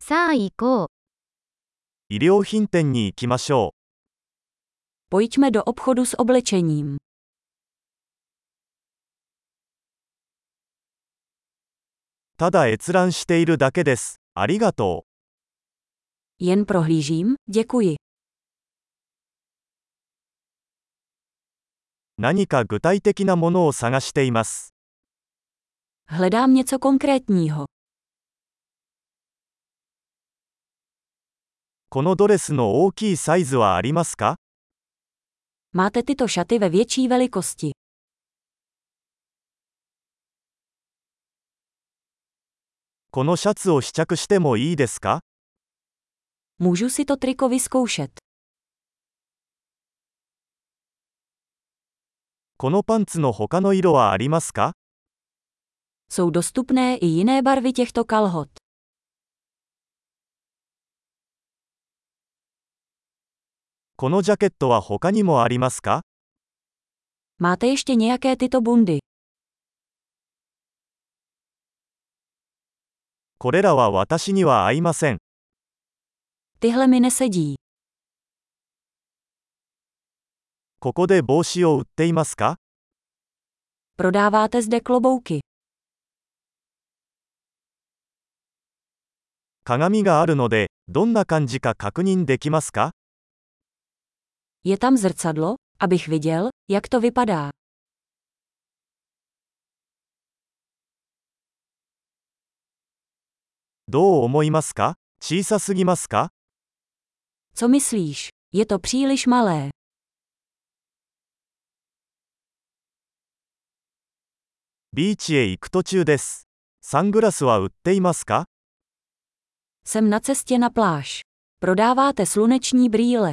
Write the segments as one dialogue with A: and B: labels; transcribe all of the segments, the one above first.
A: さあ行こう。
B: 衣料品店に行きましょ
C: Pojďme do obchodu s oblečením.
B: う。ただ閲覧しているだけです。ありがと
C: Jen prohlížím, děkuji.
B: う。何か具体的なものを探しています。
C: Hledám něco konkrétního.
B: このドレスの大きいサイズはありますか
C: Máte tyto šaty ve větší velikosti.
B: このシャツを試着してもいいですか
C: Můžu si to triko vyzkoušet.
B: このパンツの他の色はありますか
C: Jsou dostupné i jiné barvy těchto kalhot.
B: このジャケットは他にもありますか
C: Máte ještě nějaké tyto bundy?
B: これらは私には合いません。
C: Tyhle mi nesedí.
B: ここで帽子を売っていますか
C: Prodáváte zde klobouky.
B: 鏡があるので、どんな感じか確認できますか
C: Je tam zrcadlo, abych viděl, jak to vypadá.
B: どう思いますか小さすぎますか
C: Co myslíš? Je to příliš malé.
B: ビーチへ行く途中です。サングラスは売っていますか
C: Jsem na cestě na pláž. Prodáváte sluneční brýle.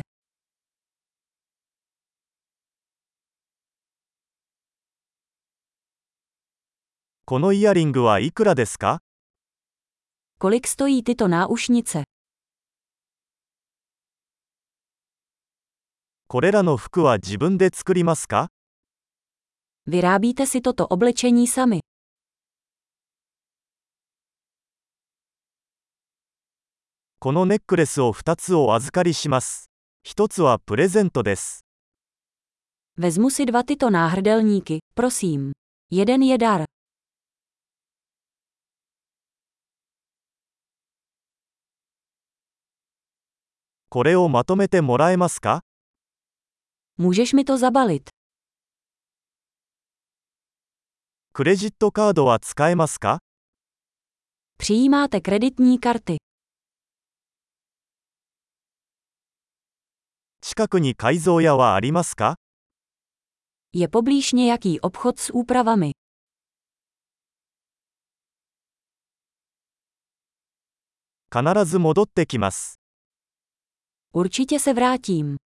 B: このイヤリングはいくらですか
C: Kolik stojí tyto náušnice?
B: これらの服は自分で作りますか
C: Vyrábíte si toto oblečení sami.
B: このネックレスを2つお預かりします。1つはプレゼントです。
C: Vezmu si dva tyto náhrdelníky, prosím. Jeden je dar.
B: 「これをまとめてもらえますか
C: Můžeš mi to zabalit.
B: クレジットカードは使えますか
C: Přijímáte kreditní karty.
B: 近くに改造屋はありますか
C: Je poblíž nějaký obchod s úpravami.
B: 必ず戻ってきます。
C: Určitě se vrátím.